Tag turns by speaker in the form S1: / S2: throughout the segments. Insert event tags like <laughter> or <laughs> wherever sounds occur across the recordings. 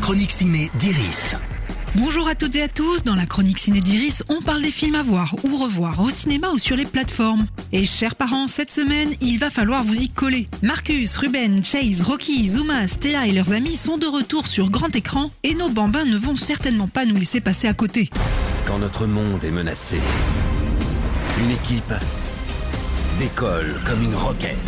S1: chronique ciné d'Iris.
S2: Bonjour à toutes et à tous, dans la chronique Ciné d'Iris, on parle des films à voir ou revoir au cinéma ou sur les plateformes. Et chers parents, cette semaine, il va falloir vous y coller. Marcus, Ruben, Chase, Rocky, Zuma, Stella et leurs amis sont de retour sur grand écran et nos bambins ne vont certainement pas nous laisser passer à côté.
S3: Quand notre monde est menacé, une équipe décolle comme une roquette.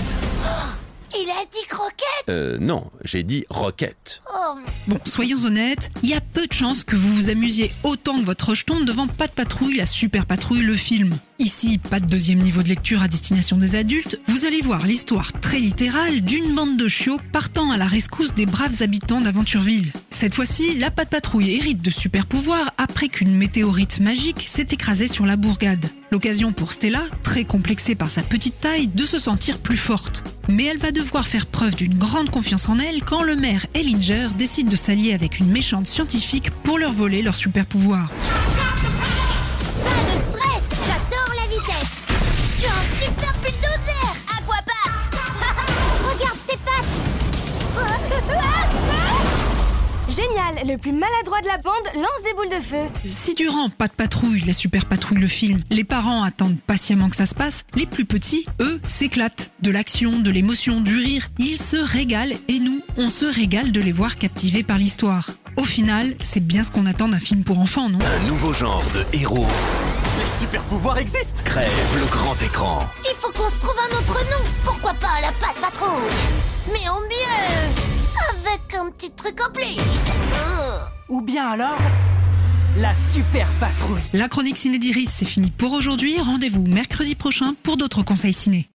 S4: Il a dit croquette
S3: Euh, non, j'ai dit roquette.
S4: Oh,
S2: Bon, soyons honnêtes, il y a peu de chances que vous vous amusiez autant que votre rejeton devant Pas de patrouille, la super patrouille, le film. Ici, pas de deuxième niveau de lecture à destination des adultes, vous allez voir l'histoire très littérale d'une bande de chiots partant à la rescousse des braves habitants d'Aventureville. Cette fois-ci, la Pas de patrouille hérite de super pouvoirs après qu'une météorite magique s'est écrasée sur la bourgade. L'occasion pour Stella, très complexée par sa petite taille, de se sentir plus forte. Mais elle va devoir faire preuve d'une grande confiance en elle quand le maire Ellinger décide de s'allier avec une méchante scientifique pour leur voler leur super pouvoir.
S4: pas de stress J'adore la vitesse Je suis un super bulldozer Aquabat <laughs> Regarde tes pattes
S5: Génial, le plus maladroit de la bande lance des boules de feu.
S2: Si durant Pas de patrouille, la super patrouille, le film, les parents attendent patiemment que ça se passe, les plus petits, eux, s'éclatent. De l'action, de l'émotion, du rire, ils se régalent et nous, on se régale de les voir captivés par l'histoire. Au final, c'est bien ce qu'on attend d'un film pour enfants, non
S3: Un nouveau genre de héros
S6: Les super pouvoirs existent
S3: crève le grand écran.
S4: <laughs> Il faut qu'on se trouve un autre nom Pourquoi pas la patte patrouille Mais en mieux Avec un petit truc en plus Oh.
S6: Ou bien alors, la super patrouille
S2: La chronique ciné d'Iris, c'est fini pour aujourd'hui. Rendez-vous mercredi prochain pour d'autres conseils ciné.